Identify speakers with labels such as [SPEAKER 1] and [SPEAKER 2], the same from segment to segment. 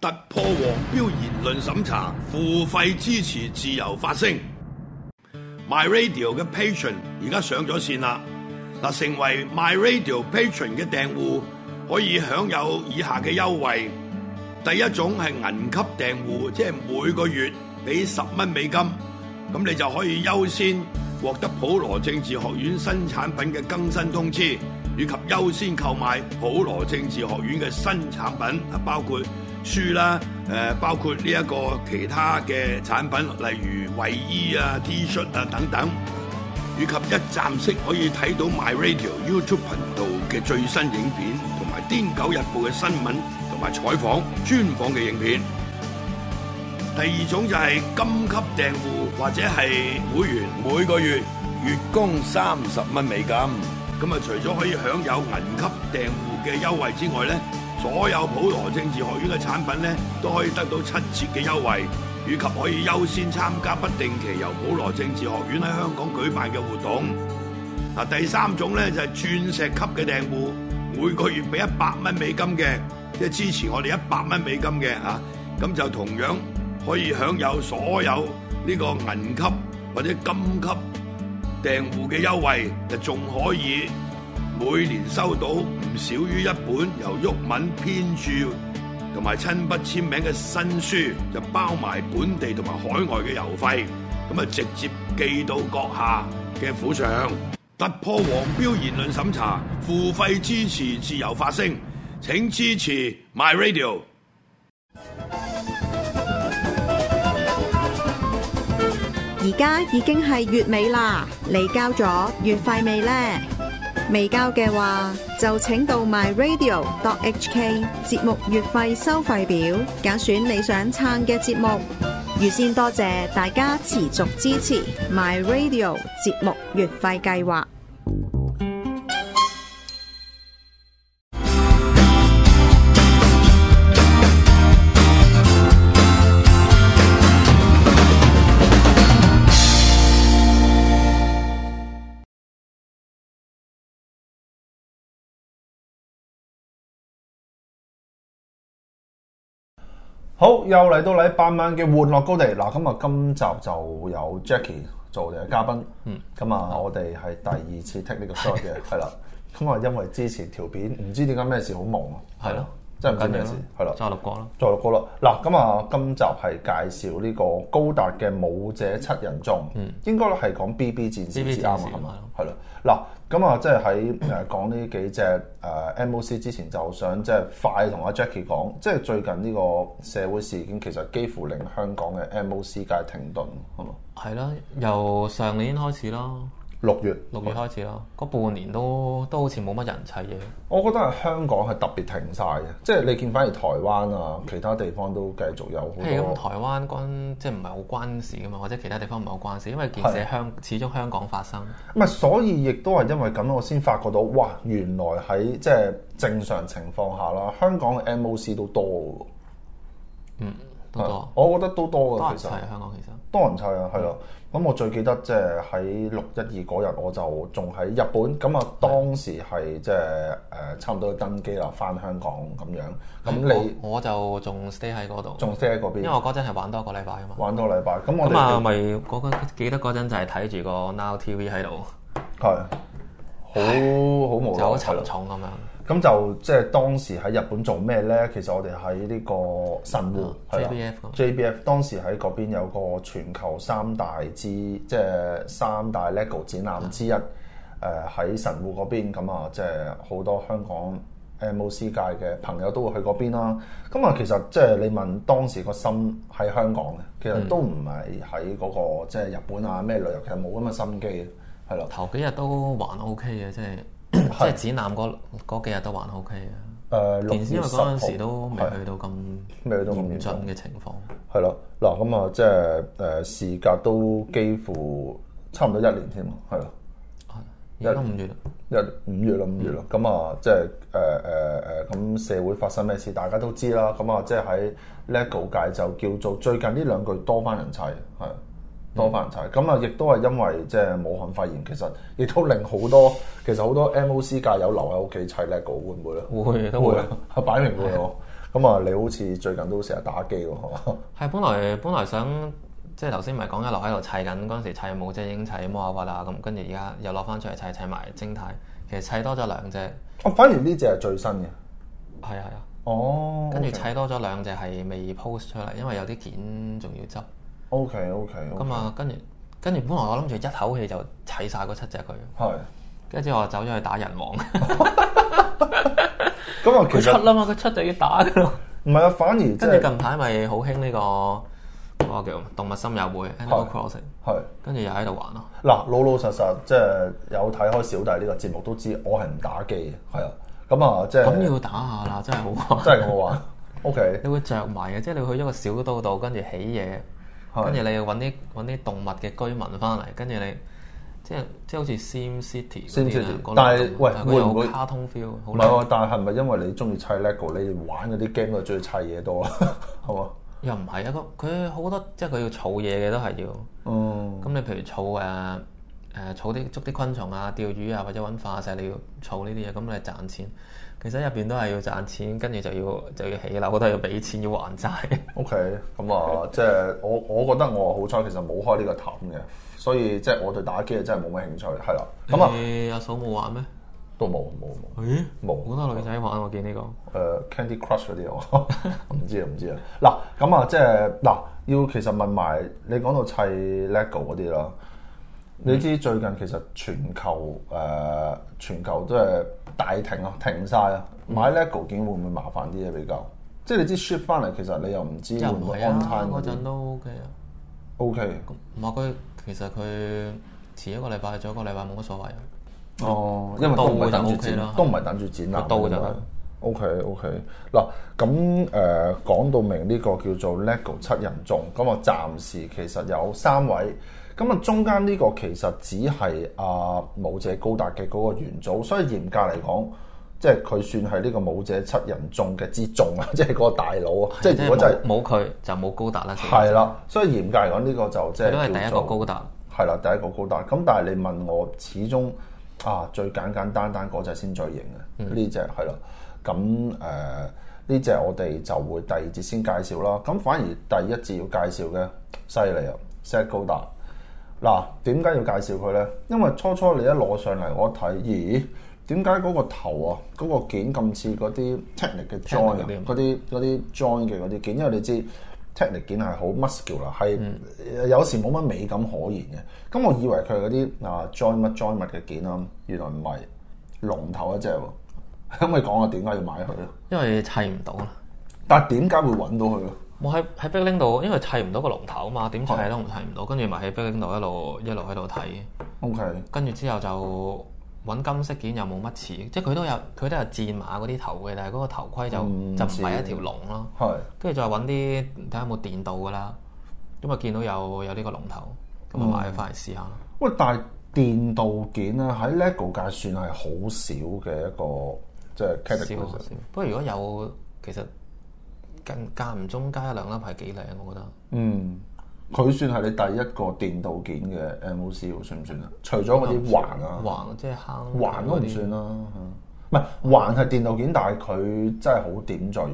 [SPEAKER 1] 突破黃標言論審查，付費支持自由發聲。My Radio 嘅 Patron 而家上咗線啦！嗱，成為 My Radio Patron 嘅訂戶可以享有以下嘅優惠。第一種係銀級訂戶，即係每個月俾十蚊美金，咁你就可以優先獲得普羅政治學院新產品嘅更新通知，以及優先購買普羅政治學院嘅新產品，啊包括書啦，誒、包括呢一個其他嘅產品，例如衞衣啊、T 恤啊等等，以及一站式可以睇到 My Radio YouTube 頻道嘅最新影片，同埋《癲狗日報》嘅新聞同埋採訪專訪嘅影片。第二種就係金級訂户或者係會員，每個月月供三十蚊美金。咁啊，除咗可以享有銀級訂户嘅優惠之外咧，所有普羅政治學院嘅產品咧都可以得到七折嘅優惠，以及可以優先參加不定期由普羅政治學院喺香港舉辦嘅活動。嗱，第三種咧就係鑽石級嘅訂戶，每個月俾一百蚊美金嘅，即係支持我哋一百蚊美金嘅嚇，咁、就同樣可以享有所有呢個銀級或者金級訂戶嘅優惠，就仲可以每年收到唔少於一本由毓民編著同埋親筆簽名嘅新書，就包埋本地同埋海外嘅郵費，咁啊直接寄到閣下嘅府上。突破黃標言論審查，付費支持自由發聲，請支持 My Radio。
[SPEAKER 2] 而家已經係月尾啦，你交咗月費未呢？未交嘅話，就請到 myradio.hk 節目月費收費表，揀選你想撐嘅節目。預先多謝大家持續支持 myradio 節目月費計劃。
[SPEAKER 3] 好，又嚟到禮拜晚嘅玩樂高地嗱，咁啊，今集就有 Jackie 做我哋嘅嘉賓，咁啊、我哋係第二次 take 呢個 shot 嘅，係啦，咁啊，因為之前條片唔知點解咩事好忙啊，
[SPEAKER 4] 係咯，
[SPEAKER 3] 真係唔知咩事，係啦，
[SPEAKER 4] 揸六角啦，
[SPEAKER 3] 再落歌啦，嗱，咁啊，今集係介紹呢個高達嘅武者七人眾，應該咧係講 B 嗯 B 戰士
[SPEAKER 4] BB
[SPEAKER 3] 至啱啊，
[SPEAKER 4] 戰士
[SPEAKER 3] 係嘛？係啦，嗱，咁啊，即係喺誒講呢幾隻誒 M O C 之前，就想即係快同阿 Jackie 講，即係最近呢個社會事件其實幾乎令香港嘅 M O C 界停頓，係嘛？
[SPEAKER 4] 係啦，由上年開始啦，
[SPEAKER 3] 六月，
[SPEAKER 4] 六月開始啦，嗰半年都都好似冇乜人砌嘢，
[SPEAKER 3] 我覺得係香港係特別停晒嘅，即係你見反而台灣啊，其他地方都繼續有好
[SPEAKER 4] 譬如咁
[SPEAKER 3] 多。
[SPEAKER 4] 台灣關即係唔係好關事噶嘛，或者其他地方唔係好關事，因為件事喺香始終香港發生，
[SPEAKER 3] 唔係，所以亦都係因為咁，我先發覺到，哇！原來喺即係正常情況下啦，香港嘅 MOC 都多
[SPEAKER 4] 嗯，都
[SPEAKER 3] 嘅喎，係啊
[SPEAKER 4] 多
[SPEAKER 3] 我覺得都多
[SPEAKER 4] 多
[SPEAKER 3] 嘅
[SPEAKER 4] 人
[SPEAKER 3] 其
[SPEAKER 4] 砌
[SPEAKER 3] 實，
[SPEAKER 4] 啊香港其實。
[SPEAKER 3] 多人砌啊，係咯。咁我最記得即係喺六一二嗰日，我就仲喺日本，咁啊當時係即係誒差唔多登機啦，翻香港咁樣。咁你
[SPEAKER 4] 我我就仲 stay 喺嗰度，
[SPEAKER 3] 仲哦 stay 喺嗰
[SPEAKER 4] 因為
[SPEAKER 3] 邊
[SPEAKER 4] 我嗰陣係玩多一個禮拜啊噶嘛。
[SPEAKER 3] 玩多個禮拜，咁我
[SPEAKER 4] 咁啊，
[SPEAKER 3] 哋
[SPEAKER 4] 咪嗰個記得嗰陣就係睇住個 Now TV 喺度，
[SPEAKER 3] 係好好無
[SPEAKER 4] 就
[SPEAKER 3] 聊
[SPEAKER 4] 好
[SPEAKER 3] 哦係
[SPEAKER 4] 沉
[SPEAKER 3] 咯
[SPEAKER 4] 重咁樣。
[SPEAKER 3] 咁就即係當時喺日本做咩咧？其實我哋喺呢個神戶
[SPEAKER 4] 嗯
[SPEAKER 3] 係啦
[SPEAKER 4] JBF 咁
[SPEAKER 3] JBF 當時喺嗰邊有個全球三大之即係三大 LEGO 展
[SPEAKER 4] 啊
[SPEAKER 3] 覽之一，誒喺神戶嗰邊咁啊，即係好多香港 MOC 界嘅朋友都會去嗰邊啦。咁啊，其實即係你問當時個心喺香港嘅，其
[SPEAKER 4] 嗯
[SPEAKER 3] 實都唔係喺嗰個即係日本啊咩旅遊，其實冇咁嘅心機嘅，係咯。
[SPEAKER 4] 頭幾日都還 OK 嘅，即係即係展覽嗰嗰幾日都還 OK 嘅。
[SPEAKER 3] 誒呃六
[SPEAKER 4] 件事因
[SPEAKER 3] 月
[SPEAKER 4] 為
[SPEAKER 3] 十
[SPEAKER 4] 嗰
[SPEAKER 3] 號
[SPEAKER 4] 陣時都未
[SPEAKER 3] 係
[SPEAKER 4] 去到咁
[SPEAKER 3] 未去到咁
[SPEAKER 4] 嚴
[SPEAKER 3] 嚴
[SPEAKER 4] 峻
[SPEAKER 3] 重
[SPEAKER 4] 嘅情況，
[SPEAKER 3] 係啦，嗱咁啊，即係誒時隔都幾乎差唔多一年添啊，係啦，
[SPEAKER 4] 而家五月啦，
[SPEAKER 3] 一五月啦，五月啦，咁啊，即係誒誒誒，咁、社會發生咩事，大家都知啦，咁啊，即係喺 LEGO 界就叫做最近呢兩句多翻人砌，係多翻人砌，咁啊、亦都係因為即係武漢肺炎，其實亦都令好多其實好多 MOC 界有留喺屋企砌 LEGO，會唔會咧？
[SPEAKER 4] 會都
[SPEAKER 3] 會
[SPEAKER 4] 會
[SPEAKER 3] 啊，擺明會喎。咁啊，你好似最近都成日打機喎，係嘛？
[SPEAKER 4] 係本來本來想即係頭先咪講一路喺度砌緊嗰陣時砌武即係英砌摩亞屈啊，咁跟住而家又攞翻出嚟砌砌埋晶太，其實砌多咗兩隻，
[SPEAKER 3] 哦，反而呢只係最新嘅。
[SPEAKER 4] 係啊係啊，
[SPEAKER 3] 哦，
[SPEAKER 4] 跟住砌多咗兩隻係未 post 出嚟，因為有啲件仲要執。
[SPEAKER 3] O K O K，
[SPEAKER 4] 咁，啊，跟住跟住本來我諗住一口氣就砌晒嗰七隻佢，
[SPEAKER 3] 係。
[SPEAKER 4] 跟住我走咗去打人 王，
[SPEAKER 3] 咁啊，其
[SPEAKER 4] 佢出
[SPEAKER 3] 實
[SPEAKER 4] 啦嘛，佢出就要打噶咯。
[SPEAKER 3] 唔係啊，反而即
[SPEAKER 4] 跟住
[SPEAKER 3] 係
[SPEAKER 4] 近排咪好興呢個嗰個叫動物森友會
[SPEAKER 3] 哦
[SPEAKER 4] Animal Crossing，
[SPEAKER 3] 係
[SPEAKER 4] 跟住又喺度玩咯。
[SPEAKER 3] 嗱，老老實實即係有睇開小弟呢個節目都知，我係唔打機嘅，係啊。咁啊，即
[SPEAKER 4] 咁
[SPEAKER 3] 係
[SPEAKER 4] 要打下啦，真係好玩。
[SPEAKER 3] 真係咁好玩。O K，
[SPEAKER 4] 你會着埋嘅，即係你去咗個小島度，跟住起嘢，
[SPEAKER 3] 係
[SPEAKER 4] 跟住你要揾啲揾啲動物嘅居民翻嚟，跟住你即係即係好似 Sim City 嗰啲
[SPEAKER 3] Sim
[SPEAKER 4] 啦
[SPEAKER 3] City，
[SPEAKER 4] 嗰類
[SPEAKER 3] 但係
[SPEAKER 4] 咁
[SPEAKER 3] 喂
[SPEAKER 4] 但係
[SPEAKER 3] 會
[SPEAKER 4] 佢
[SPEAKER 3] 唔會
[SPEAKER 4] 有卡通 feel，好
[SPEAKER 3] 唔係
[SPEAKER 4] 靚
[SPEAKER 3] 喎，但係係咪因為你中意砌 LEGO，你玩嗰啲 game 就中意砌嘢多 啊？係嘛？
[SPEAKER 4] 又唔係啊，佢佢好多即係佢要儲嘢嘅都係要。
[SPEAKER 3] 嗯，
[SPEAKER 4] 咁你譬如儲誒誒儲啲捉啲昆蟲啊、釣魚啊，或者揾化石，你要儲呢啲嘢，咁你賺錢。其實入邊都係要賺錢，跟住就要就要起樓，都係要俾錢要還債。
[SPEAKER 3] OK，咁啊，即係我我覺得我好彩，其實冇開呢個氹嘅，所以即係我對打機真係冇乜興趣，係啦。咁啊，
[SPEAKER 4] 你阿嫂冇玩咩？
[SPEAKER 3] 都冇冇
[SPEAKER 4] 咦，
[SPEAKER 3] 冇冇。
[SPEAKER 4] 好多女仔玩我見呢、個。
[SPEAKER 3] 誒、Candy 呃 Crush 嗰啲我 唔知啊，唔知啊。嗱咁啊，即係嗱，要其實問埋你講到砌 LEGO 嗰啲啦，你知最近其實全球誒、全球都係大停啊，停晒啊，
[SPEAKER 4] 嗯
[SPEAKER 3] 買 LEGO 件會唔會麻煩啲啊嘢比較？即係你知 ship 翻嚟，其實你又唔知
[SPEAKER 4] 又
[SPEAKER 3] 會
[SPEAKER 4] 唔
[SPEAKER 3] 唔會
[SPEAKER 4] 係
[SPEAKER 3] on
[SPEAKER 4] 啊，
[SPEAKER 3] time
[SPEAKER 4] 嗰
[SPEAKER 3] 嗰啲
[SPEAKER 4] 陣都 OK 啊。
[SPEAKER 3] O K，
[SPEAKER 4] 唔係佢其實佢遲一個禮拜，早一個禮拜冇乜所謂啊。
[SPEAKER 3] 哦，因為都唔係等住
[SPEAKER 4] 到就 OK 啦
[SPEAKER 3] 展，都唔係等住展覽，
[SPEAKER 4] 佢到就得。
[SPEAKER 3] O K O K，嗱咁誒呃講到明呢個叫做 LEGO 七人眾，咁啊暫時其實有三位，咁啊中間呢個其實只係阿武者高達嘅嗰個元祖，所以嚴格嚟講，即係佢算係呢個武者七人眾嘅之眾啊，即係嗰個大佬啊，即係如果真係
[SPEAKER 4] 冇冇佢就冇高達啦。其實
[SPEAKER 3] 係啦，所以嚴格嚟講呢個就即
[SPEAKER 4] 佢
[SPEAKER 3] 係
[SPEAKER 4] 都係第
[SPEAKER 3] 叫
[SPEAKER 4] 一個
[SPEAKER 3] 做
[SPEAKER 4] 高達。
[SPEAKER 3] 係啦，第一個高達。咁但係你問我，始終啊最簡簡單單嗰隻先最型嘅
[SPEAKER 4] 嗯
[SPEAKER 3] 呢只係啦。咁誒呢只我哋就會第二節先介紹啦。咁反而第一節要介紹嘅犀利啊 s e 高達。嗱，點解要介紹佢呢？因為初初你一攞上嚟，我一睇，咦？點解嗰個頭啊，嗰、個件咁似嗰啲 Technic 嘅 join 啊
[SPEAKER 4] Technic
[SPEAKER 3] 嗰
[SPEAKER 4] 嗰啲
[SPEAKER 3] 啲嗰啲 join 嘅嗰啲件，因為你知 Technic 件係好 muscular，係有時冇乜美感可言嘅。咁我以為佢係嗰啲啊 join 乜 join 乜嘅件啦，原來唔係龍頭一隻喎。 咁你講下點解要買佢咧？
[SPEAKER 4] 因為砌唔到啊啦。
[SPEAKER 3] 但係點解會揾到佢咧？
[SPEAKER 4] 我喺喺 b i g l i n 度，因為砌唔到個龍頭啊嘛，點砌
[SPEAKER 3] 哦
[SPEAKER 4] 都唔砌唔到，跟住咪喺 b i g l i n 度一路一路喺度睇，
[SPEAKER 3] ？OK，
[SPEAKER 4] 跟住之後就揾金色件又冇乜似，即係佢都有佢都有戰馬嗰啲頭嘅，但係嗰個頭盔就、
[SPEAKER 3] 嗯
[SPEAKER 4] 就唔係一條龍咯。
[SPEAKER 3] 係
[SPEAKER 4] 跟住再揾啲睇下有冇電到噶啦，咁啊見到有有呢個龍頭，咁啊買翻嚟試下咯。
[SPEAKER 3] 喂，但係電導件咧喺 LEGO 界算係好少嘅一個即係
[SPEAKER 4] 試
[SPEAKER 3] category
[SPEAKER 4] 下。先。不過如果有，其實間間唔中加一兩粒係幾靚，我覺得。
[SPEAKER 3] 嗯，佢算係你第一個電導件嘅 MOC 喎，算唔算啊？除咗嗰啲環啊，
[SPEAKER 4] 橫即係坑
[SPEAKER 3] 環都
[SPEAKER 4] 嗰
[SPEAKER 3] 唔
[SPEAKER 4] 啲
[SPEAKER 3] 算啦。嗯唔係環係電導件，但係佢真係好點綴喎。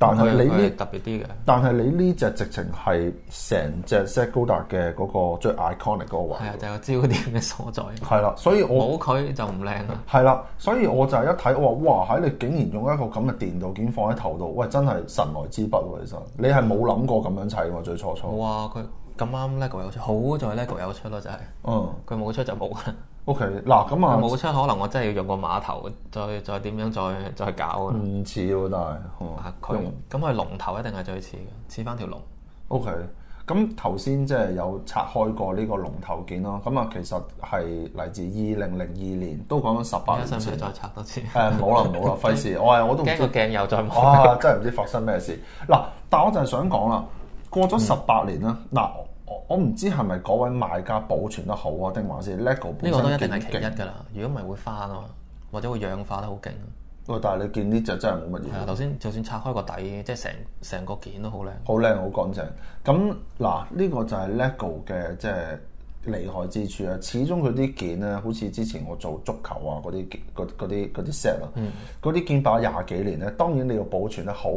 [SPEAKER 3] 但係你
[SPEAKER 4] 嗯佢
[SPEAKER 3] 呢
[SPEAKER 4] 係？特別啲嘅。
[SPEAKER 3] 但係你呢隻直情係成隻 set 高達嘅嗰個最 iconic 嗰個位
[SPEAKER 4] 係，啊，就係個焦點嘅所在。
[SPEAKER 3] 係啦，所以 我
[SPEAKER 4] 冇佢就唔靚啊啦。
[SPEAKER 3] 係啦，所以我就係一睇，我話哇，喺你竟然用一個咁嘅電導件放喺頭度，喂，真係神來之筆喎！其實你係冇諗過咁樣砌喎，最初初。
[SPEAKER 4] 冇啊，佢咁啱 LEGO 有出，好在 LEGO 有出咯，就係
[SPEAKER 3] 嗯
[SPEAKER 4] 佢冇出就冇啦。
[SPEAKER 3] ，OK，嗱咁
[SPEAKER 4] 佢
[SPEAKER 3] 啊，
[SPEAKER 4] 冇出，可能我真係要用個碼頭，再再點樣再再搞㗎啦
[SPEAKER 3] 唔似喎，但係嗯
[SPEAKER 4] 啊！佢
[SPEAKER 3] 用
[SPEAKER 4] 咁佢龍頭一定係最似嘅，似翻條龍。
[SPEAKER 3] OK。咁頭先即係有拆開過呢個龍頭件啦，咁啊其實係嚟自二零零二年，都講緊十八
[SPEAKER 4] 而家
[SPEAKER 3] 年
[SPEAKER 4] 使唔使
[SPEAKER 3] 前。
[SPEAKER 4] 再拆多次？
[SPEAKER 3] 誒冇啦冇啦，費事，我係我都唔
[SPEAKER 4] 驚
[SPEAKER 3] 知
[SPEAKER 4] 個鏡又再冇。
[SPEAKER 3] 啊，真係唔知發生咩事。嗱，但我就係想講啦，過
[SPEAKER 4] 嗯
[SPEAKER 3] 咗十八年啦，嗱、我我唔知係咪嗰位賣家保存得好啊，定還是 LEGO
[SPEAKER 4] 呢
[SPEAKER 3] 本
[SPEAKER 4] 個
[SPEAKER 3] 身
[SPEAKER 4] 都一定係
[SPEAKER 3] 勁
[SPEAKER 4] 其一
[SPEAKER 3] 勁？
[SPEAKER 4] 㗎啦，如果唔係會花啊嘛，或者會氧化得好勁。啊
[SPEAKER 3] 喂，但係你見呢只真係冇乜嘢
[SPEAKER 4] 係，啊，頭先就算拆開個底，即係成成個件都好靚。
[SPEAKER 3] 好靚好乾淨。咁嗱，呢、個就係 LEGO 嘅即係厲害之處啊！始終佢啲件咧，好似之前我做足球啊嗰啲嗰嗰啲嗰啲 set 啊，
[SPEAKER 4] 嗯
[SPEAKER 3] 嗰啲件擺廿幾年咧，當然你要保存得好，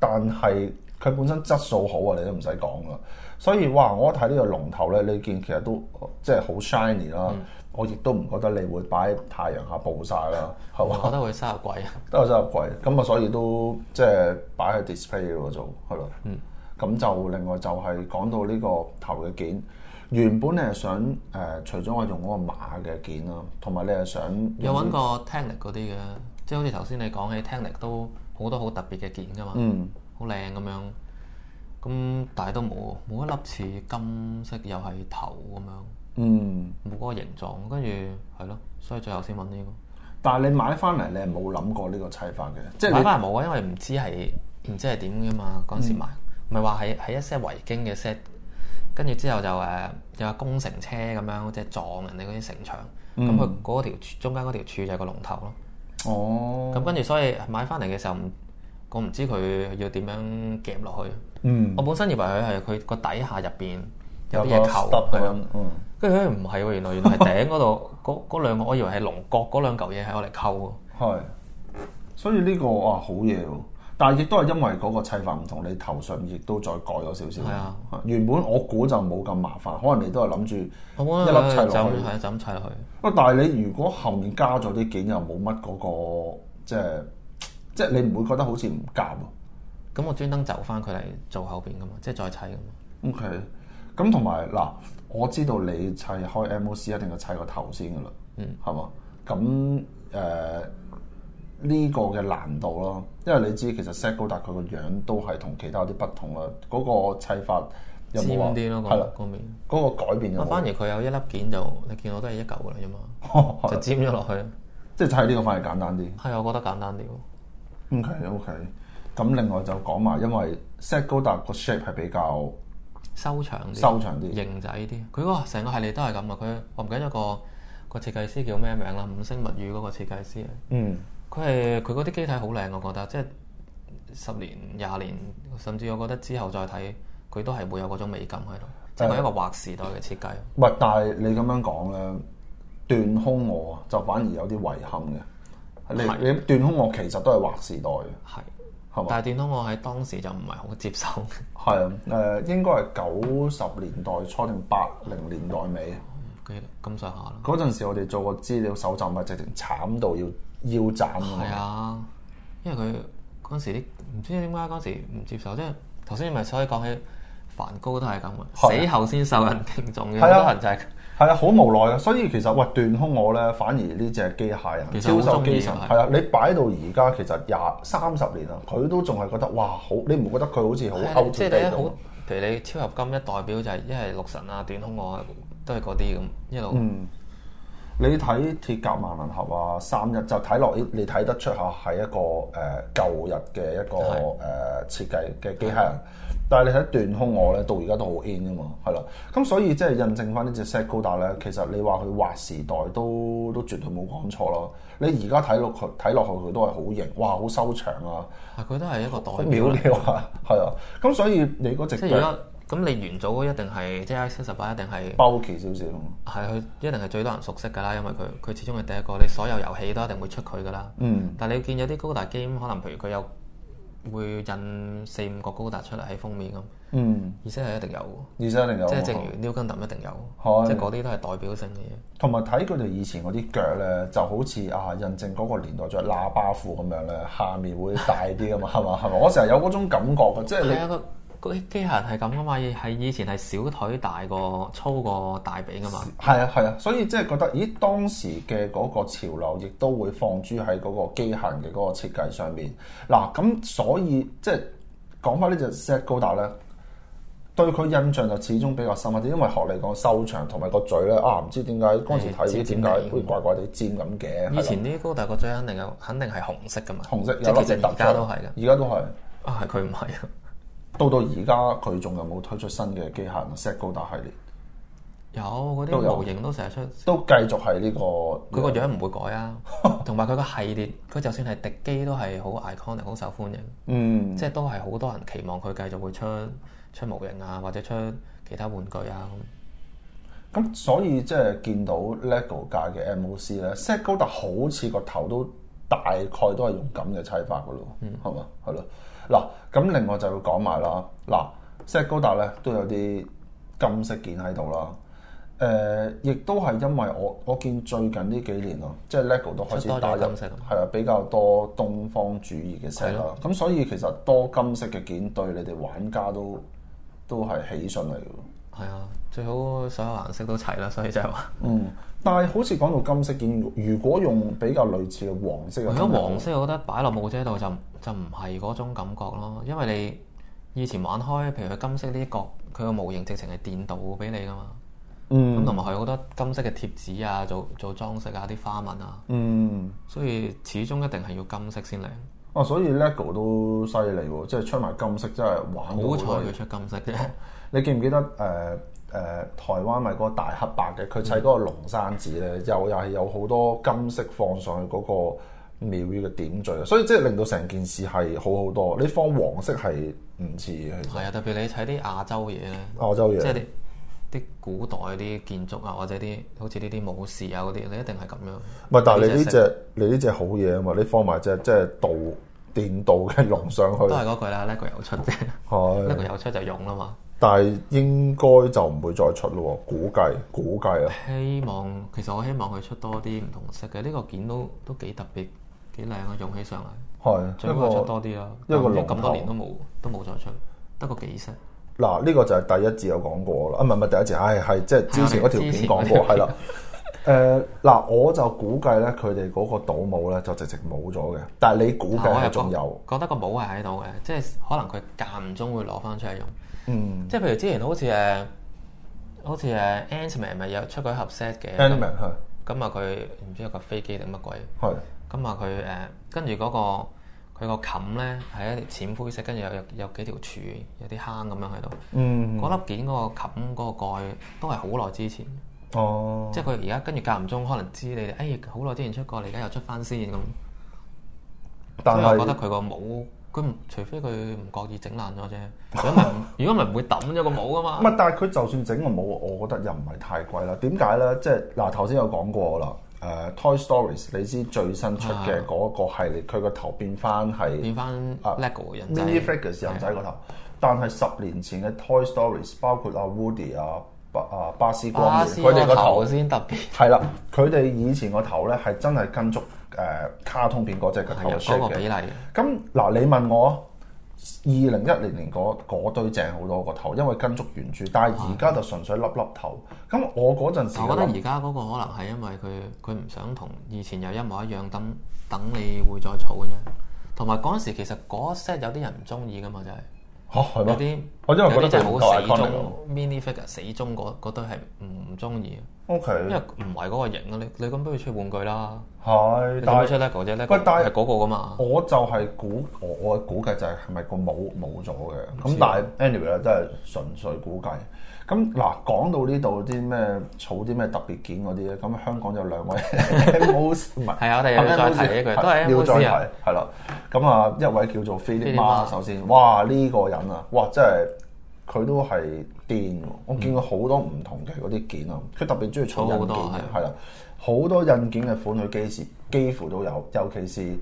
[SPEAKER 3] 但係佢本身質素好啊，你都唔使講啦。所以哇，我一睇呢個龍頭咧，呢件其實都即係好 shiny 啦。
[SPEAKER 4] 嗯
[SPEAKER 3] 我亦都唔覺得你會擺喺太陽下暴晒啦，係
[SPEAKER 4] 我覺
[SPEAKER 3] 嘛？
[SPEAKER 4] 得會收入貴啊。
[SPEAKER 3] 都有收入貴，咁啊，所以都即係擺喺 display 嗰度，係咯。嗯。咁就另外就係講到呢個頭嘅件，原本你係想誒、呃除咗我用嗰個馬嘅件啦，同埋你係想
[SPEAKER 4] 有
[SPEAKER 3] 用
[SPEAKER 4] 揾過 Technic 嗰啲嘅，即係好似頭先你講起 Technic 都好多好特別嘅件噶嘛，
[SPEAKER 3] 嗯
[SPEAKER 4] 好靚咁樣。咁但係都冇冇一粒似金色又係頭咁樣，
[SPEAKER 3] 嗯，
[SPEAKER 4] 冇嗰個形狀，跟住係咯，所以最後先揾呢個。
[SPEAKER 3] 但係你買翻嚟你係冇諗過呢個砌法嘅，即係
[SPEAKER 4] 買
[SPEAKER 3] 你
[SPEAKER 4] 翻嚟冇啊，因為唔知係唔知係點噶嘛，嗰陣
[SPEAKER 3] 嗯
[SPEAKER 4] 時買，唔係話係係一 set 維京嘅 set，跟住之後就誒有架工程車咁樣，即係撞人哋嗰啲城牆，咁佢
[SPEAKER 3] 嗯
[SPEAKER 4] 嗰條柱中間嗰條柱就係個龍頭咯。
[SPEAKER 3] 哦，
[SPEAKER 4] 咁跟啊住所以買翻嚟嘅時候，唔我唔知佢要點樣夾落去。
[SPEAKER 3] 嗯，
[SPEAKER 4] 我本身以為佢係佢個底下入邊有啲
[SPEAKER 3] 個
[SPEAKER 4] 嘢扣，
[SPEAKER 3] stub
[SPEAKER 4] 係
[SPEAKER 3] 咁樣
[SPEAKER 4] 啊，
[SPEAKER 3] 嗯，
[SPEAKER 4] 跟住佢唔係喎，原來原來係頂嗰度 嗰嗰兩個，我以為係龍角嗰兩嚿嘢係我嚟扣
[SPEAKER 3] 係。所以呢、個哇好嘢喎！但係亦都係因為嗰個砌法唔同，你頭上亦都再改咗少少。
[SPEAKER 4] 係啊，
[SPEAKER 3] 原本我估就冇咁麻煩，可能你都係諗住
[SPEAKER 4] 喎。
[SPEAKER 3] 一粒砌
[SPEAKER 4] 就
[SPEAKER 3] 落
[SPEAKER 4] 咁
[SPEAKER 3] 去。
[SPEAKER 4] 係啊就咁砌落去。
[SPEAKER 3] 喂，但係你如果後面加咗啲件又冇乜嗰個，即係即係你唔會覺得好似唔夾喎。
[SPEAKER 4] 咁我專登就翻佢嚟做後邊噶嘛，即係再砌噶嘛。
[SPEAKER 3] OK，咁同埋嗱，我知道你砌開 MOC 一定要砌個頭先噶啦，嗯，係嘛？咁誒呢個嘅難度咯，因為你知其實 set 高達佢個樣都係同其他啲不同啦，嗰、個砌法有
[SPEAKER 4] 尖
[SPEAKER 3] 冇話
[SPEAKER 4] 啲咯，
[SPEAKER 3] 係啦
[SPEAKER 4] 個，個面。
[SPEAKER 3] 嗰、個改變有
[SPEAKER 4] 啊，反
[SPEAKER 3] 冇？
[SPEAKER 4] 而佢有一粒件就你見我都係一嚿噶啦啫嘛，
[SPEAKER 3] 係啊
[SPEAKER 4] 就尖咗落去。
[SPEAKER 3] 即係砌呢個反而簡單啲。
[SPEAKER 4] 係，啊我覺得簡單啲喎。
[SPEAKER 3] OK OK，咁另外就講埋，因為 set 高達個 shape 係比較
[SPEAKER 4] 收長啲，
[SPEAKER 3] 收長啲
[SPEAKER 4] 型仔啲。佢嗰個成個系列都係咁啊！佢我唔記得咗個個設計師叫咩名啦，《五星物語》嗰個設計師啊。
[SPEAKER 3] 嗯
[SPEAKER 4] 佢係佢嗰啲機體好靚，我覺得，即係十年、廿年，甚至我覺得之後再睇，佢都係會有嗰種美感喺度。即係佢一個劃時代嘅設計。
[SPEAKER 3] 喂，但係你咁樣講咧，斷空我啊，就反而有啲遺憾嘅。
[SPEAKER 4] 係
[SPEAKER 3] 你你斷空我其實都係劃時代嘅，
[SPEAKER 4] 係，
[SPEAKER 3] 係嘛？
[SPEAKER 4] 但係電通我喺當時就唔係好接受， 唔
[SPEAKER 3] 係啊，誒、應該係九十年代初定八零年代尾
[SPEAKER 4] 記得咁上下啦。
[SPEAKER 3] 嗰陣時，我哋做個資料搜集咪直情慘到要腰斬㗎嘛
[SPEAKER 4] 係啊，因為佢嗰陣時啲唔知點解嗰陣時唔接受，即係頭先咪所以講起梵高都
[SPEAKER 3] 係
[SPEAKER 4] 係咁嘅，
[SPEAKER 3] 啊
[SPEAKER 4] 死後先受人敬重嘅，
[SPEAKER 3] 係啊
[SPEAKER 4] 好多人就係
[SPEAKER 3] 係啊，好無奈嘅。所以其實喂斷空我咧，反而呢只機械人
[SPEAKER 4] 其
[SPEAKER 3] 超
[SPEAKER 4] 實好
[SPEAKER 3] 獸
[SPEAKER 4] 鍾意
[SPEAKER 3] 機神
[SPEAKER 4] 嘅
[SPEAKER 3] 係啊，你擺到而家其實廿三十年啦，佢都仲係覺得哇好，你唔覺得佢好似
[SPEAKER 4] 係
[SPEAKER 3] 好
[SPEAKER 4] 啊
[SPEAKER 3] out
[SPEAKER 4] 即
[SPEAKER 3] to
[SPEAKER 4] 係你
[SPEAKER 3] date
[SPEAKER 4] 一好
[SPEAKER 3] 咁？，
[SPEAKER 4] 譬如你超合金一代表就係一係六神啊、短空我都係嗰啲咁一路。
[SPEAKER 3] 嗯你睇鐵甲萬能俠啊，三日就睇落，你睇得出下係一個誒、呃、舊日嘅一個誒、呃、設計嘅機械人。但係你睇斷空我咧，到而家都好 in 噶嘛，係啦。咁所以即係印證翻呢只 set 高達咧，其實你話佢劃時代都都絕對冇講錯啦。你而家睇落佢睇落去佢都係好型，哇，好修長啊，
[SPEAKER 4] 係佢都係一個代
[SPEAKER 3] 好
[SPEAKER 4] 表
[SPEAKER 3] 秒
[SPEAKER 4] 嚟。
[SPEAKER 3] 料啊， 係啊。咁所以你嗰
[SPEAKER 4] 即
[SPEAKER 3] 只
[SPEAKER 4] 係如果咁你元祖嗰一定係即係 X 十八一定係。
[SPEAKER 3] 包奇少少，
[SPEAKER 4] 係佢一定係最多人熟悉㗎啦，因為佢佢始終係第一個，你所有遊戲都一定會出佢㗎啦。
[SPEAKER 3] 嗯，
[SPEAKER 4] 但係你見有啲高達 game 可能譬如佢有會印四五個高達出嚟喺封面咁，
[SPEAKER 3] 嗯，
[SPEAKER 4] 而且係一定有嘅，
[SPEAKER 3] 二三零有
[SPEAKER 4] 即係
[SPEAKER 3] 啊
[SPEAKER 4] 正如 New Gundam 一定有，
[SPEAKER 3] 係
[SPEAKER 4] 即係嗰啲都係代表性嘅嘢。
[SPEAKER 3] 同埋睇佢哋以前嗰啲腳咧，就好似啊印證嗰個年代着喇叭褲咁樣咧，下面會大啲噶嘛，係 嘛係嘛？我成日有嗰種感覺嘅，即係
[SPEAKER 4] 係啊，
[SPEAKER 3] 你
[SPEAKER 4] 個個機械人係咁㗎嘛，係以前係小腿大過粗過大髀㗎嘛。
[SPEAKER 3] 係啊係啊，所以即係覺得，咦當時嘅嗰個潮流亦都會放諸喺嗰個機械人嘅嗰個設計上面。嗱咁所以即係講翻呢只 set 高達咧。對佢印象就始終比較深一啲，因為學你講修長同埋個嘴咧啊，唔知點解嗰陣時睇
[SPEAKER 4] 係
[SPEAKER 3] 啲點
[SPEAKER 4] 尖尖
[SPEAKER 3] 解
[SPEAKER 4] 地
[SPEAKER 3] 會怪怪地尖咁嘅。係啦
[SPEAKER 4] 以前啲高達個嘴肯定有肯定係紅色㗎嘛，
[SPEAKER 3] 紅色
[SPEAKER 4] 即
[SPEAKER 3] 有
[SPEAKER 4] 係
[SPEAKER 3] 粒
[SPEAKER 4] 其
[SPEAKER 3] 嘢
[SPEAKER 4] 實
[SPEAKER 3] 突
[SPEAKER 4] 而家都
[SPEAKER 3] 出
[SPEAKER 4] 係㗎
[SPEAKER 3] 嚟。而家都係。
[SPEAKER 4] 啊，係佢唔係啊，
[SPEAKER 3] 到到而家佢仲有冇推出新嘅機械人 set 高達系列？
[SPEAKER 4] 有嗰
[SPEAKER 3] 都
[SPEAKER 4] 啲
[SPEAKER 3] 有
[SPEAKER 4] 模型都成日出。
[SPEAKER 3] 都繼續係呢、個
[SPEAKER 4] 佢個樣唔會改啊，同埋佢個系列，佢就算係敵機都係好 iconic，好受歡迎，
[SPEAKER 3] 嗯
[SPEAKER 4] 即係都係好多人期望佢繼續會出出模型啊，或者出其他玩具啊咁。
[SPEAKER 3] 咁所以即係見到 LEGO 界嘅 MOC 咧 s e t 高達好似個頭都大概都係用咁嘅砌法噶咯，
[SPEAKER 4] 嗯
[SPEAKER 3] 係嘛、係咯。嗱，咁另外就要講埋啦，嗱 s e t 高達咧都有啲金色件喺度啦。誒、亦都係因為我我見最近呢幾年咯，即係 LEGO 都開始
[SPEAKER 4] 出多咗
[SPEAKER 3] 打入
[SPEAKER 4] 哦金色
[SPEAKER 3] 係啊比較多東方主義嘅 set
[SPEAKER 4] 係
[SPEAKER 3] 啦
[SPEAKER 4] 咯。
[SPEAKER 3] 咁所以其實多金色嘅件對你哋玩家都都係喜訊嚟嘅喎。
[SPEAKER 4] 係啊，最好所有顏色都齊啦，所以就係話，
[SPEAKER 3] 嗯，但係好似講到金色件，如果用比較類似嘅黃色嘅，
[SPEAKER 4] 如果黃色，我覺得擺落帽姐度就就唔係嗰種感覺咯，因為你以前玩開，譬如佢金色呢一角，佢個模型直情係電導俾你噶嘛，咁
[SPEAKER 3] 嗯
[SPEAKER 4] 同埋佢有好多金色嘅貼紙啊，做做裝飾啊，啲花紋啊，
[SPEAKER 3] 嗯，
[SPEAKER 4] 所以始終一定係要金色先靚。
[SPEAKER 3] 啊，所以 LEGO 都犀利喎，即係出埋金色真係玩到
[SPEAKER 4] 好彩
[SPEAKER 3] 多嘢
[SPEAKER 4] 佢出金色啫，
[SPEAKER 3] 你記唔記得誒誒、台灣咪嗰個大黑白嘅？佢砌嗰個龍山寺咧，又又係有好多金色放上去嗰個廟宇嘅點綴，所以即係令到成件事係好好多。你放黃色係唔似嘅，其實
[SPEAKER 4] 係啊，特別你睇啲亞洲嘢咧，
[SPEAKER 3] 亞洲
[SPEAKER 4] 即係
[SPEAKER 3] 嘢
[SPEAKER 4] 啲啲古代啲建築啊，或者啲好似呢啲武士啊嗰啲，你一定係咁樣。
[SPEAKER 3] 唔係，但係你呢
[SPEAKER 4] 呢隻
[SPEAKER 3] 只你呢只好嘢啊嘛，你放埋只即係導電導嘅龍上去
[SPEAKER 4] 都。係嗰句啦，LEGO 有出啫
[SPEAKER 3] 係，
[SPEAKER 4] ，LEGO 有出就用啦嘛。
[SPEAKER 3] 但係應該就唔會再出咯喎，估計估計啊，
[SPEAKER 4] 希望其實我希望佢出多啲唔同色嘅，呢個件都都幾特別，幾靚啊，用起上嚟。
[SPEAKER 3] 係
[SPEAKER 4] 最
[SPEAKER 3] 一
[SPEAKER 4] 好係出
[SPEAKER 3] 個
[SPEAKER 4] 多啲啦，
[SPEAKER 3] 一個
[SPEAKER 4] 但
[SPEAKER 3] 龍頭
[SPEAKER 4] 咁多年都冇都冇再出，得個幾色。
[SPEAKER 3] 嗱呢個就係第一節有講過啦，啊唔係唔係第一節，唉係即係之前嗰條片講
[SPEAKER 4] 啊之前
[SPEAKER 3] 過，
[SPEAKER 4] 嗰條
[SPEAKER 3] 係啦。誒嗱，我就估計咧，佢哋嗰個倒模咧就直直冇咗嘅，但係你估計
[SPEAKER 4] 但啊我
[SPEAKER 3] 係
[SPEAKER 4] 又
[SPEAKER 3] 仲有，
[SPEAKER 4] 覺覺得個帽係喺度嘅，即係可能佢間唔中會攞翻出嚟用。
[SPEAKER 3] 嗯
[SPEAKER 4] 即係譬如之前好似誒，好似誒 Antman 咪有出過一盒 set 嘅
[SPEAKER 3] a n i m a n 係
[SPEAKER 4] 咁啊佢唔知有架飛機定乜鬼，
[SPEAKER 3] 係
[SPEAKER 4] 咁啊佢誒跟住嗰個佢個冚咧係一啲淺灰色，跟住有有有幾條柱，有啲坑咁樣喺度。
[SPEAKER 3] 嗯
[SPEAKER 4] 嗰粒件嗰個冚嗰個蓋都係好耐之前，
[SPEAKER 3] 哦
[SPEAKER 4] 即係佢而家跟住間唔中可能知你哋，哎好耐之前出過，你而家又出翻先咁。
[SPEAKER 3] 但
[SPEAKER 4] 所以我覺
[SPEAKER 3] 係
[SPEAKER 4] 得佢個帽，佢唔除非佢唔覺意整爛咗啫，如果唔係唔如果唔係唔會抌咗個帽噶
[SPEAKER 3] 唔
[SPEAKER 4] 嘛。
[SPEAKER 3] 係，但係佢就算整個冇，我覺得又唔係太貴啦。點解咧？即係嗱，頭先有講過啦。誒、Toy Stories，你知最新出嘅嗰個系列，佢個頭變翻係
[SPEAKER 4] 啊變翻
[SPEAKER 3] 啊
[SPEAKER 4] LEGO 人仔啊
[SPEAKER 3] Mini Figures 人仔個頭，但係十年前嘅 Toy Stories，包括阿 Woody 啊、巴啊巴斯光
[SPEAKER 4] 巴
[SPEAKER 3] 年，
[SPEAKER 4] 斯
[SPEAKER 3] 佢哋個
[SPEAKER 4] 個
[SPEAKER 3] 頭
[SPEAKER 4] 頭先特別，
[SPEAKER 3] 係啦，佢哋以前個頭咧係真係跟足誒、卡通片嗰只個頭
[SPEAKER 4] 係有
[SPEAKER 3] s
[SPEAKER 4] 嗰個比
[SPEAKER 3] 嘅。
[SPEAKER 4] 例，
[SPEAKER 3] 咁嗱，你問我二零一零年嗰嗰堆正好多個頭，因為跟足原著，但係而家就純粹粒粒頭。咁我嗰陣時
[SPEAKER 4] 啊我覺得
[SPEAKER 3] 嘅諗
[SPEAKER 4] 而家嗰個可能係因為佢佢唔想同以前又一模一樣，等等你會再儲嘅啫。同埋嗰陣時其實嗰一 set 有啲人唔中意噶嘛，就係、
[SPEAKER 3] 嚇係
[SPEAKER 4] 有
[SPEAKER 3] 咩
[SPEAKER 4] 啲
[SPEAKER 3] 我因為覺得
[SPEAKER 4] 有啲真係
[SPEAKER 3] 佢唔
[SPEAKER 4] 好
[SPEAKER 3] 夠
[SPEAKER 4] 死
[SPEAKER 3] iconic
[SPEAKER 4] 忠 mini figure 死忠嗰嗰堆係唔中意，
[SPEAKER 3] ？O
[SPEAKER 4] 因為
[SPEAKER 3] K，
[SPEAKER 4] 唔係嗰個型啊！你你咁不如出玩具啦，
[SPEAKER 3] 係
[SPEAKER 4] 你，
[SPEAKER 3] 但
[SPEAKER 4] 做咩
[SPEAKER 3] 係
[SPEAKER 4] 出 lego 啫
[SPEAKER 3] 喂
[SPEAKER 4] ？lego
[SPEAKER 3] 但係
[SPEAKER 4] 係嗰個噶嘛，
[SPEAKER 3] 我就係估，我我估計就係係咪個帽冇咗嘅？咁但係 anyway 啦，都係純粹估計。咁嗱，講到呢度啲咩儲啲咩特別件嗰啲咧，咁香港有兩位 MOC 唔係
[SPEAKER 4] 係啊我哋要再提呢句都係
[SPEAKER 3] 要再
[SPEAKER 4] MOC 啊
[SPEAKER 3] 提係啦。咁啊，一位叫做菲力
[SPEAKER 4] Philip
[SPEAKER 3] 媽，
[SPEAKER 4] Ma
[SPEAKER 3] 首先，哇呢個人啊，哇真係佢都係癲喎！我見過好多唔同嘅嗰啲件啊，佢特別中意儲
[SPEAKER 4] 儲好
[SPEAKER 3] 印件
[SPEAKER 4] 多
[SPEAKER 3] 嘅，係啦，好多印件嘅款佢幾時幾乎都有，尤其是。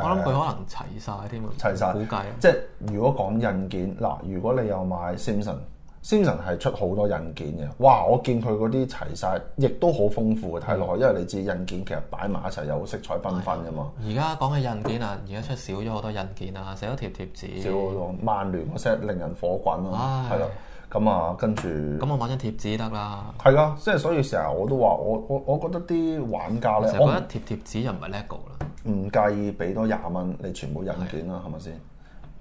[SPEAKER 4] 我諗佢可能齊晒添啊，
[SPEAKER 3] 齊晒
[SPEAKER 4] 估計
[SPEAKER 3] 即係如果講印件嗱，如果你有買 Simpson，Simpson 係出好多印件嘅，哇！我見佢嗰啲齊晒，亦都好豐富嘅睇落去，
[SPEAKER 4] 嗯
[SPEAKER 3] 因為你知印件其實擺埋一齊有色彩繽紛噶嘛，
[SPEAKER 4] 而家講起印件啊，而家出少咗好多印件啊，寫咗條貼紙。
[SPEAKER 3] 少好多。曼聯嗰 set 令人火滾啦，
[SPEAKER 4] 唉
[SPEAKER 3] 係啦，咁啊，跟住
[SPEAKER 4] 咁我買張貼紙得啦。
[SPEAKER 3] 係啦，即係所以成日我都話我我我覺得啲玩家
[SPEAKER 4] 我
[SPEAKER 3] 咧
[SPEAKER 4] 成，日覺
[SPEAKER 3] 我
[SPEAKER 4] 得貼貼紙又唔係 lego 啦。
[SPEAKER 3] 唔唔介意俾多廿蚊你全部印件啦，係咪先？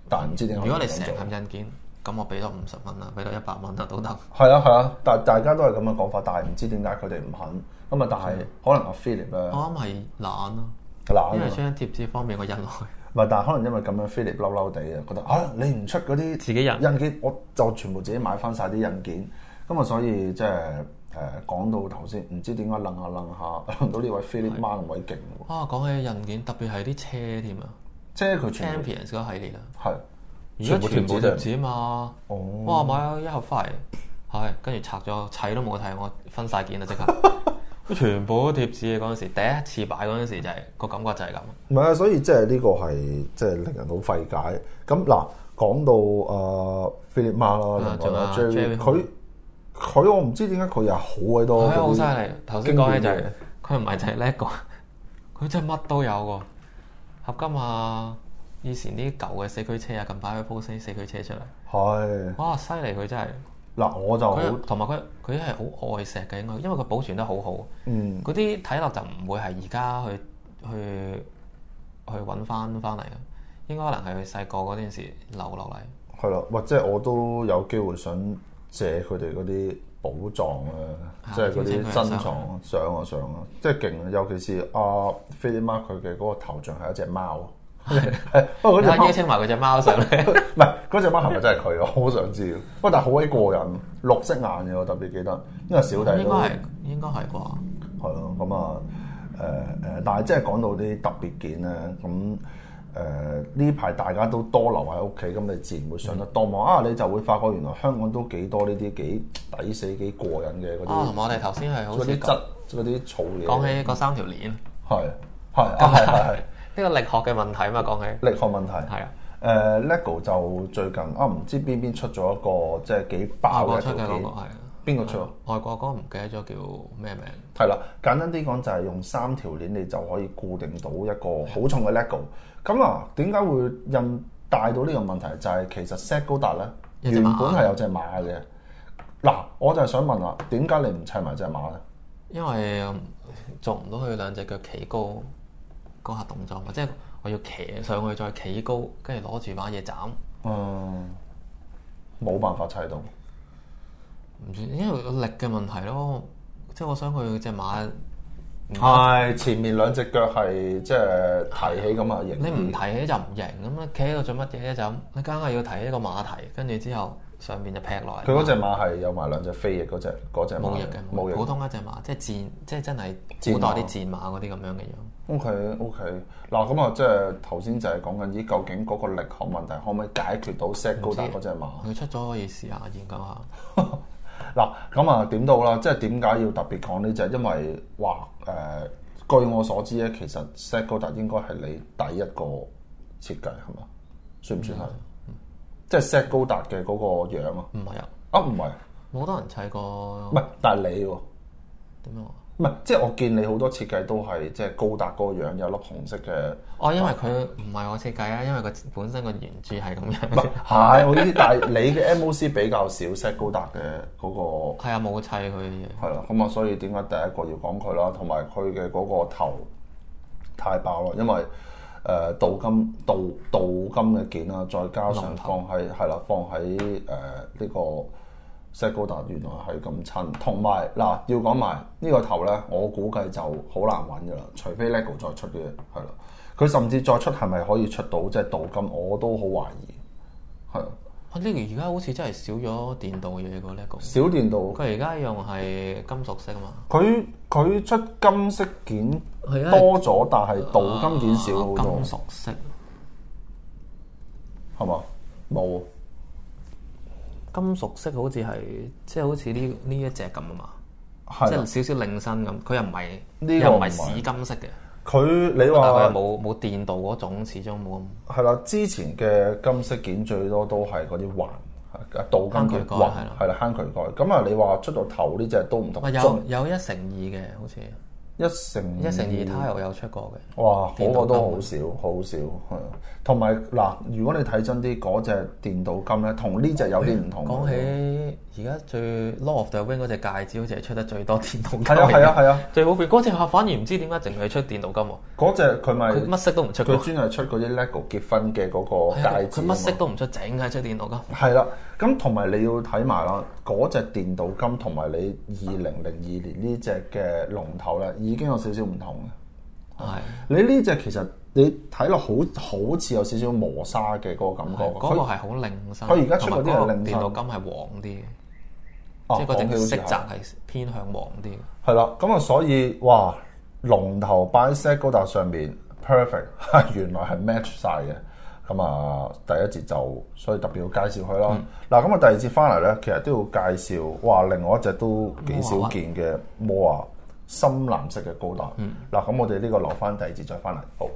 [SPEAKER 3] 但唔知點解
[SPEAKER 4] 如果你
[SPEAKER 3] 咁
[SPEAKER 4] 成
[SPEAKER 3] 做
[SPEAKER 4] 盒印件，咁我俾多五十蚊啦，俾多一百蚊啦都 得。
[SPEAKER 3] 係啊係啊，但大家都係咁嘅講法，但係唔知點解佢哋唔肯咁啊！但係可能阿 Philip 咧
[SPEAKER 4] 我諗係懶咯，
[SPEAKER 3] 懶啊
[SPEAKER 4] 因為張貼紙方便我 印落去。
[SPEAKER 3] 唔係，但係可能因為咁樣，Philip 嬲嬲地啊，覺得啊你唔出嗰啲
[SPEAKER 4] 自己印
[SPEAKER 3] 印件，我就全部自己買翻晒啲印件，咁啊所以即係誒講到頭先，唔知點解楞下楞下， 楞到呢位 Philip 媽咁鬼勁喎，
[SPEAKER 4] 啊，講起印件，特別係啲車添啊
[SPEAKER 3] 即係佢全部
[SPEAKER 4] ，Champions 嗰系列啊，
[SPEAKER 3] 係
[SPEAKER 4] 而家全部貼
[SPEAKER 3] 係
[SPEAKER 4] 紙啊嘛，
[SPEAKER 3] 哦
[SPEAKER 4] 哇買咗一盒翻嚟，嚇、係跟住拆咗砌都冇睇，我分晒件啦即刻， 佢全部都貼紙嘅嗰陣時，第一次擺嗰陣時就係、個感覺就係咁。
[SPEAKER 3] 唔係啊，所以即係呢個係即係令人好費解。咁嗱，講到啊 Philip Ma 啦，另外啦
[SPEAKER 4] 啊
[SPEAKER 3] Jerry，
[SPEAKER 4] Jerry
[SPEAKER 3] 佢佢我唔知點解佢又好鬼
[SPEAKER 4] 係
[SPEAKER 3] 多
[SPEAKER 4] 啊，好
[SPEAKER 3] 嗰
[SPEAKER 4] 犀
[SPEAKER 3] 啲
[SPEAKER 4] 利！頭先講起就
[SPEAKER 3] 經
[SPEAKER 4] 係
[SPEAKER 3] 典
[SPEAKER 4] 佢唔係就係叻個， 佢真係乜都有喎。合金啊，以前啲舊嘅四驅車啊，近排佢 p o s 四驅車出嚟，
[SPEAKER 3] 係
[SPEAKER 4] 哇！犀利佢真係，啊
[SPEAKER 3] 嗱，我就好
[SPEAKER 4] 佢同埋佢佢係好愛錫嘅應該，因為佢保存得好好。
[SPEAKER 3] 嗯
[SPEAKER 4] 嗰啲睇落就唔會係而家去去去揾翻翻嚟嘅，應該可能係佢細個嗰陣時留落嚟。
[SPEAKER 3] 係啦，或者我都有機會想借佢哋嗰啲寶藏啊，
[SPEAKER 4] 啊
[SPEAKER 3] 即係嗰啲
[SPEAKER 4] 邀請佢
[SPEAKER 3] 珍
[SPEAKER 4] 嚟
[SPEAKER 3] 藏啊相啊相啊，即係勁啊！尤其是阿 Philip Ma 佢嘅嗰個頭像係一隻 貓， 係不過嗰
[SPEAKER 4] 你
[SPEAKER 3] 隻貓
[SPEAKER 4] 啊邀。請埋佢只貓上嚟，
[SPEAKER 3] 唔係嗰只貓係咪真係佢啊？ 我好想知。喂，但係好鬼過癮，綠色眼嘅我特別記得，因為小
[SPEAKER 4] 應
[SPEAKER 3] 弟
[SPEAKER 4] 該
[SPEAKER 3] 都
[SPEAKER 4] 係應該係啩？
[SPEAKER 3] 係咯，咁啊誒誒，但係即係講到啲特別件咧，咁誒呢排大家都多留喺屋企，咁你自然會上得多網啊，你就會發覺原來香港都幾多呢啲幾抵死幾過癮嘅嗰
[SPEAKER 4] 啊，
[SPEAKER 3] 啲
[SPEAKER 4] 同埋我哋頭先係好
[SPEAKER 3] 嗰
[SPEAKER 4] 似
[SPEAKER 3] 啲
[SPEAKER 4] 講
[SPEAKER 3] 質嗰啲草嘢。
[SPEAKER 4] 講起嗰三條鏈。
[SPEAKER 3] 係係啊係係係
[SPEAKER 4] 呢個力學嘅問題嘛，講起
[SPEAKER 3] 力學問題
[SPEAKER 4] 係啊，
[SPEAKER 3] 誒、LEGO 就最近啊，唔知邊邊出咗一個即係幾
[SPEAKER 4] 外
[SPEAKER 3] 爆嘅
[SPEAKER 4] 國
[SPEAKER 3] 一
[SPEAKER 4] 出
[SPEAKER 3] 條
[SPEAKER 4] 嘅嗰
[SPEAKER 3] 片
[SPEAKER 4] 個係啊，
[SPEAKER 3] 邊個出啊？
[SPEAKER 4] 外國嗰個唔記得咗叫咩名，
[SPEAKER 3] 係啦，簡單啲講就係用三條鏈你就可以固定到一個好重嘅 LEGO。咁啊，點解會印帶到呢個問題？就係、其實 Set 高達咧
[SPEAKER 4] 有隻
[SPEAKER 3] 原
[SPEAKER 4] 馬
[SPEAKER 3] 本係有隻馬嘅。嗱，我就係想問啦，點解你唔砌埋隻馬咧？
[SPEAKER 4] 因為嗯做唔到佢兩隻腳企高嗰下動作嘛，即係我要騎上去再企高，跟住攞住把嘢斬，
[SPEAKER 3] 嗯，冇辦法砌到。
[SPEAKER 4] 唔算因為力嘅問題咯，即係我想佢只馬，嗯
[SPEAKER 3] 係前面兩隻腳係即係提起咁啊，型
[SPEAKER 4] 你唔
[SPEAKER 3] 啲。
[SPEAKER 4] 提起就唔贏咁啊樣，企喺度做乜嘢啫？就咁你梗係要提起個馬蹄，跟住之後上邊就劈落嚟。
[SPEAKER 3] 佢嗰只馬係有埋兩隻飛翼嗰只嗰只馬
[SPEAKER 4] 冇翼嘅，
[SPEAKER 3] 冇翼
[SPEAKER 4] 普通一隻馬，即係戰，即係真係
[SPEAKER 3] 戰馬
[SPEAKER 4] 古代啲戰馬嗰啲咁樣嘅樣。
[SPEAKER 3] O K O K，嗱咁啊，即係頭先就係講緊，咦究竟嗰個力學問題可唔可以解決到 set 高達嗰只馬？
[SPEAKER 4] 佢出咗可以試下研究下。
[SPEAKER 3] 嗱咁啊點到啦，即係點解要特別講呢只？因為哇誒、呃據我所知咧，其實 set 高達應該係你第一個設計係嘛？算唔算係？即係 set 高達嘅嗰個樣啊？
[SPEAKER 4] 唔係啊，
[SPEAKER 3] 啊唔係，
[SPEAKER 4] 冇好多人砌
[SPEAKER 3] 唔
[SPEAKER 4] 過
[SPEAKER 3] 係，但係你喎。
[SPEAKER 4] 點樣啊？
[SPEAKER 3] 唔係，即係我見你好多設計都係即係高達嗰個樣有粒紅色嘅，
[SPEAKER 4] 哦，因為佢唔係我設計啊，因為佢本身個原著係咁
[SPEAKER 3] 唔
[SPEAKER 4] 樣。
[SPEAKER 3] 係係我呢啲，但係你 嘅 MOC 比較少 set 高達嘅嗰個
[SPEAKER 4] 係啊，冇砌佢嘅嘢。
[SPEAKER 3] 係啦，咁啊，所以點解第一個要講佢啦，同埋佢嘅嗰個頭太爆啦，因為誒、呃、鍍金鍍鍍金嘅件啦，再加上
[SPEAKER 4] 龍
[SPEAKER 3] 放喺係啦，放喺誒呢個石高達原來係咁襯，同埋嗱要講埋呢個頭咧，我估計就好難揾噶啦，除非 LEGO 再出嘅係啦，佢甚至再出係咪可以出到即係鍍金，我都好懷疑係啊
[SPEAKER 4] 啊呢個而家好似真係少咗電鍍嘢個 lego。
[SPEAKER 3] 小電鍍。
[SPEAKER 4] 佢而家用係金屬色啊嘛。
[SPEAKER 3] 佢佢出金色件
[SPEAKER 4] 係啊
[SPEAKER 3] 多咗，但係鍍金件少好
[SPEAKER 4] 哦金
[SPEAKER 3] 多，
[SPEAKER 4] 屬色，
[SPEAKER 3] 係嘛？冇
[SPEAKER 4] 金屬色好似係即係好似呢呢一隻咁啊嘛，即
[SPEAKER 3] 係
[SPEAKER 4] 係
[SPEAKER 3] 啊
[SPEAKER 4] 少少令身咁。佢又唔係
[SPEAKER 3] 呢個
[SPEAKER 4] 又唔係
[SPEAKER 3] 唔係
[SPEAKER 4] 屎金色嘅，
[SPEAKER 3] 佢你
[SPEAKER 4] 但啊係佢又
[SPEAKER 3] 話
[SPEAKER 4] 冇冇電鍍嗰種，始終冇咁。
[SPEAKER 3] 係啦，之前嘅金色件最多都係嗰啲環。係鍍金嘅
[SPEAKER 4] 坑渠蓋
[SPEAKER 3] 環
[SPEAKER 4] 係啦
[SPEAKER 3] 係啦，坑渠蓋咁啊！你話出到頭呢只都唔同
[SPEAKER 4] 喂，，有有一成二嘅，好似
[SPEAKER 3] 一成
[SPEAKER 4] 一成二 tile 有出過嘅。
[SPEAKER 3] 哇，嗰、
[SPEAKER 4] 電
[SPEAKER 3] 個
[SPEAKER 4] 鍍
[SPEAKER 3] 都
[SPEAKER 4] 金啊
[SPEAKER 3] 好少，好少係啊。同埋嗱，如果你睇真啲嗰只電鍍金咧，同呢只有啲唔同嘅。
[SPEAKER 4] 講起而家最 Lord of the Ring 嗰隻戒指，好似係出得最多電腦金。
[SPEAKER 3] 係啊係啊係啊，
[SPEAKER 4] 最好變嗰隻盒反而唔知點解淨係出電腦金喎，
[SPEAKER 3] 嗰只佢咪
[SPEAKER 4] 佢乜色都唔出
[SPEAKER 3] 佢
[SPEAKER 4] 嘅。
[SPEAKER 3] 專係出嗰啲 LEGO 結婚嘅嗰個
[SPEAKER 4] 係啊
[SPEAKER 3] 戒指啊
[SPEAKER 4] 佢
[SPEAKER 3] 嘛，
[SPEAKER 4] 乜色都唔出，淨係出電腦金。
[SPEAKER 3] 係啦。咁同埋你要睇埋啦，嗰只電鍍金同埋你二零零二年呢只嘅龍頭咧，已經有少少唔同嘅。哦
[SPEAKER 4] 係
[SPEAKER 3] 你呢只其實你睇落好好似有少少磨砂嘅嗰個感覺
[SPEAKER 4] 係
[SPEAKER 3] 喎。
[SPEAKER 4] 嗰個
[SPEAKER 3] 佢
[SPEAKER 4] 係好令身。
[SPEAKER 3] 佢而家出嗰啲係
[SPEAKER 4] 同埋
[SPEAKER 3] 令身
[SPEAKER 4] 電腦金係黃啲嘅，
[SPEAKER 3] 啊
[SPEAKER 4] 即係嗰
[SPEAKER 3] 講起好
[SPEAKER 4] 隻
[SPEAKER 3] 似
[SPEAKER 4] 色
[SPEAKER 3] 係
[SPEAKER 4] 澤係偏向黃啲嘅。
[SPEAKER 3] 係啦，咁啊，所以哇， 龍頭擺喺 set 高達上面 perfect，原來係 match 晒嘅。咁啊，第一節就所以特別要介紹佢啦。嗱、咁啊，第二節翻嚟咧，其實都要介紹，哇！另外一隻都幾少見嘅摩啊，深藍色嘅高達。嗱、咁我哋呢個留翻第二節再翻嚟，好。